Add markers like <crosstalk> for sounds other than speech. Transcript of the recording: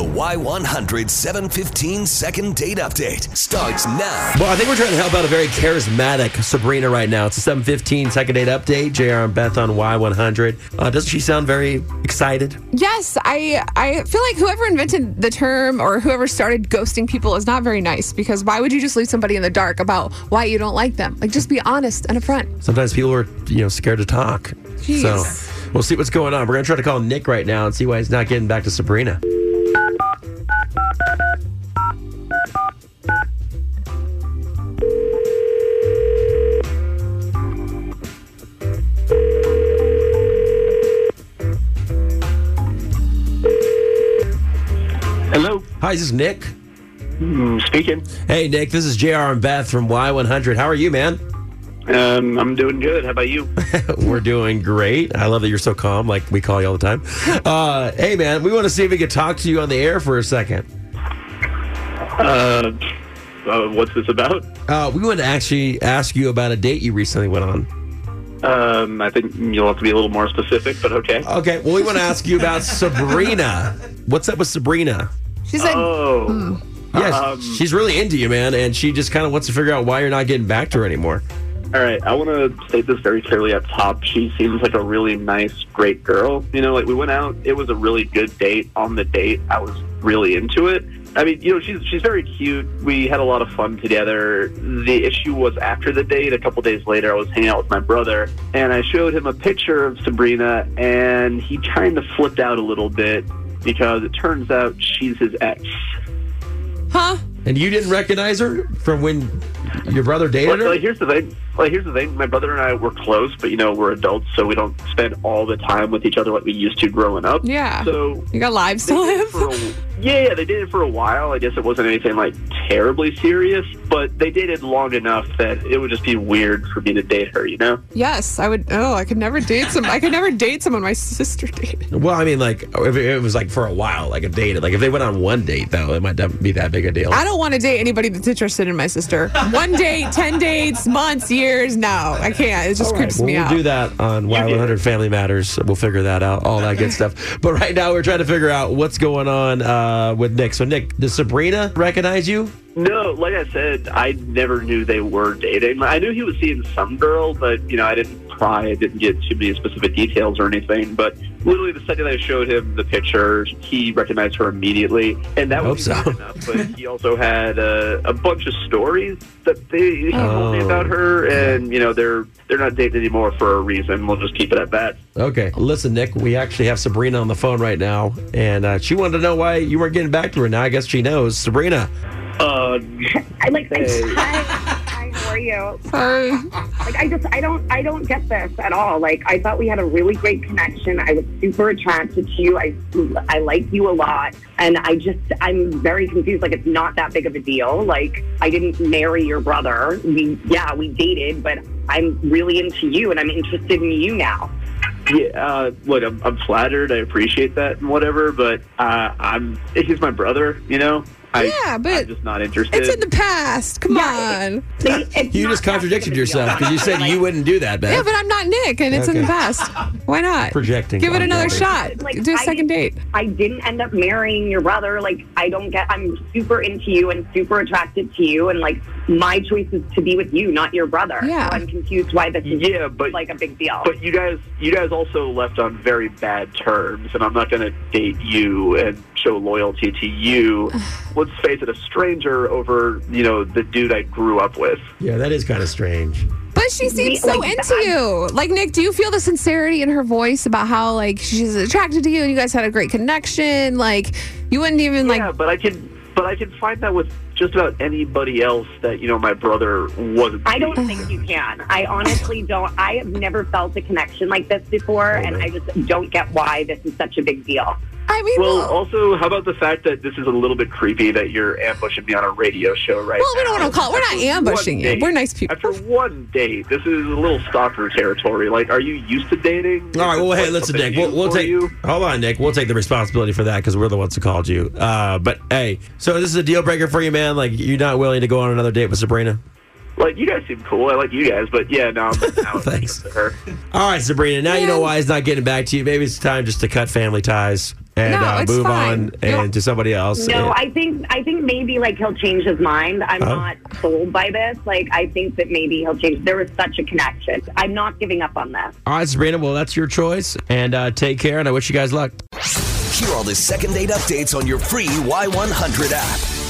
Y100 715 second date update starts now. Well, I think we're trying to help out a very charismatic Sabrina right now. It's a 715 second date update. JR and Beth on Y100. Uh, doesn't she sound very excited? Yes, I I feel like whoever invented the term or whoever started ghosting people is not very nice because why would you just leave somebody in the dark about why you don't like them? Like just be honest and upfront. Sometimes people are, you know, scared to talk. Jeez. So we'll see what's going on. We're going to try to call Nick right now and see why he's not getting back to Sabrina. Hello, Hi, is this Nick? Mm, speaking. Hey, Nick, this is JR and Beth from Y100. How are you, man? Um, I'm doing good. How about you? <laughs> We're doing great. I love that you're so calm, like we call you all the time. <laughs> Uh, hey, man, we want to see if we could talk to you on the air for a second. Uh, uh, what's this about? Uh, we want to actually ask you about a date you recently went on. Um, I think you'll have to be a little more specific, but okay. Okay, well, we want to ask you about Sabrina. What's up with Sabrina? She said Oh, Yes, Um, she's really into you, man, and she just kind of wants to figure out why you're not getting back to her anymore. all right. I want to state this very clearly up top. She seems like a really nice, great girl. You know, like we went out. It was a really good date. On the date, I was really into it. I mean, you know, she's she's very cute. We had a lot of fun together. The issue was after the date. A couple days later, I was hanging out with my brother, and I showed him a picture of Sabrina, and he kind of flipped out a little bit because it turns out she's his ex. huh? And you didn't recognize her from when your brother dated Like, like, her? here's the thing. Like here's the thing. My brother and I were close, but you know we're adults, so we don't spend all the time with each other like we used to growing up. Yeah. So You got lives they to did it for live. <laughs> a, yeah, yeah, they did it for a while. I guess it wasn't anything like terribly serious, but they dated long enough that it would just be weird for me to date her. You know? Yes, I would. Oh, I could never date some. I could never date someone my sister dated. Well, I mean, like, if it was like for a while, like a date. Like, if they went on one date, though, it might not be that big a deal. I don't want to date anybody that's interested in my sister. One date, ten dates, months, years. No, I can't. It just All right, creeps well, me we'll out. do that on Y100 Family Matters. We'll figure that out, all that good stuff. But right now, we're trying to figure out what's going on uh, with Nick. So, Nick, does Sabrina recognize you? No, like I said, I never knew they were dating. I knew he was seeing some girl, but you know, I didn't pry. I didn't get too many specific details or anything. But literally, the second I showed him the picture, he recognized her immediately, and that was Hope so. good enough. But he also had uh, a bunch of stories that they he told me Oh. about her, and you know, they're they're not dating anymore for a reason. We'll just keep it at that. Okay. Listen, Nick, we actually have Sabrina on the phone right now, and uh, she wanted to know why you weren't getting back to her. Now, I guess she knows. Sabrina. Uh, I like. I, Hey. <laughs> hi, hi, how are you? Sorry. Like, I just, I don't, I don't get this at all. Like, I thought we had a really great connection. I was super attracted to you. I, I like you a lot, and I just, I'm very confused. Like, it's not that big of a deal. Like, I didn't marry your brother. We, yeah, we dated, but I'm really into you, and I'm interested in you now. Yeah, uh, look, I'm, I'm flattered. I appreciate that and whatever, but uh, I'm he's my brother, you know. I, Yeah, but I'm just not interested. It's in the past. Come Yeah, on. See, it's You not just that big contradicted of a yourself deal. because you said you wouldn't do that, Beth. Yeah, but I'm not Nick, and it's in the Okay. past. Why not? Projecting Give it on another Bobby. shot. Like, Do a I- second date. I didn't end up marrying your brother. Like, I don't get, I'm super into you and super attracted to you. And like, my choice is to be with you, not your brother. Yeah. So I'm confused why this is Yeah, but- like a big deal. but you guys, you guys also left on very bad terms, and I'm not going to date you and show loyalty to you. <sighs> Let's face it, a stranger over you know the dude I grew up with. Yeah, that is kind of strange. But she seems Me- so like, into I- you. Like Nick, do you feel the sincerity in her voice about how like she's attracted to you and you guys had a great connection? Like you wouldn't even yeah, like but I can, but I can find that with just about anybody else that you know my brother wasn't. I don't think you can. I honestly don't. I have never felt a connection like this before. and I just don't get why this is such a big deal. I mean Well, well, also, how about the fact that this is a little bit creepy that you're ambushing me on a radio show right Well, we now? don't wanna call- we're not After ambushing one you. date- We're nice people. After one date, this is a little stalker territory. Like, are you used to dating? All right. Is Well, this, hey, like, listen, something Nick. We'll, new we'll for take. you? Hold on, Nick. We'll take the responsibility for that because we're the ones who called you. Uh, but hey, so this is a deal breaker for you, man. Like you're not willing to go on another date with Sabrina. Like, you guys seem cool. I like you guys, but yeah, no, <laughs> I'm now it's Thanks. to her. All right, Sabrina. Now you know Man. why he's not getting back to you. Maybe it's time just to cut family ties and No, uh, it's move fine. on No. and to somebody else. No, And- I think I think maybe like he'll change his mind. I'm Oh. not sold by this. Like I think that maybe he'll change. There was such a connection. I'm not giving up on this. All right, Sabrina. Well, that's your choice. And uh, take care. And I wish you guys luck. Hear all the second date updates on your free Y100 app.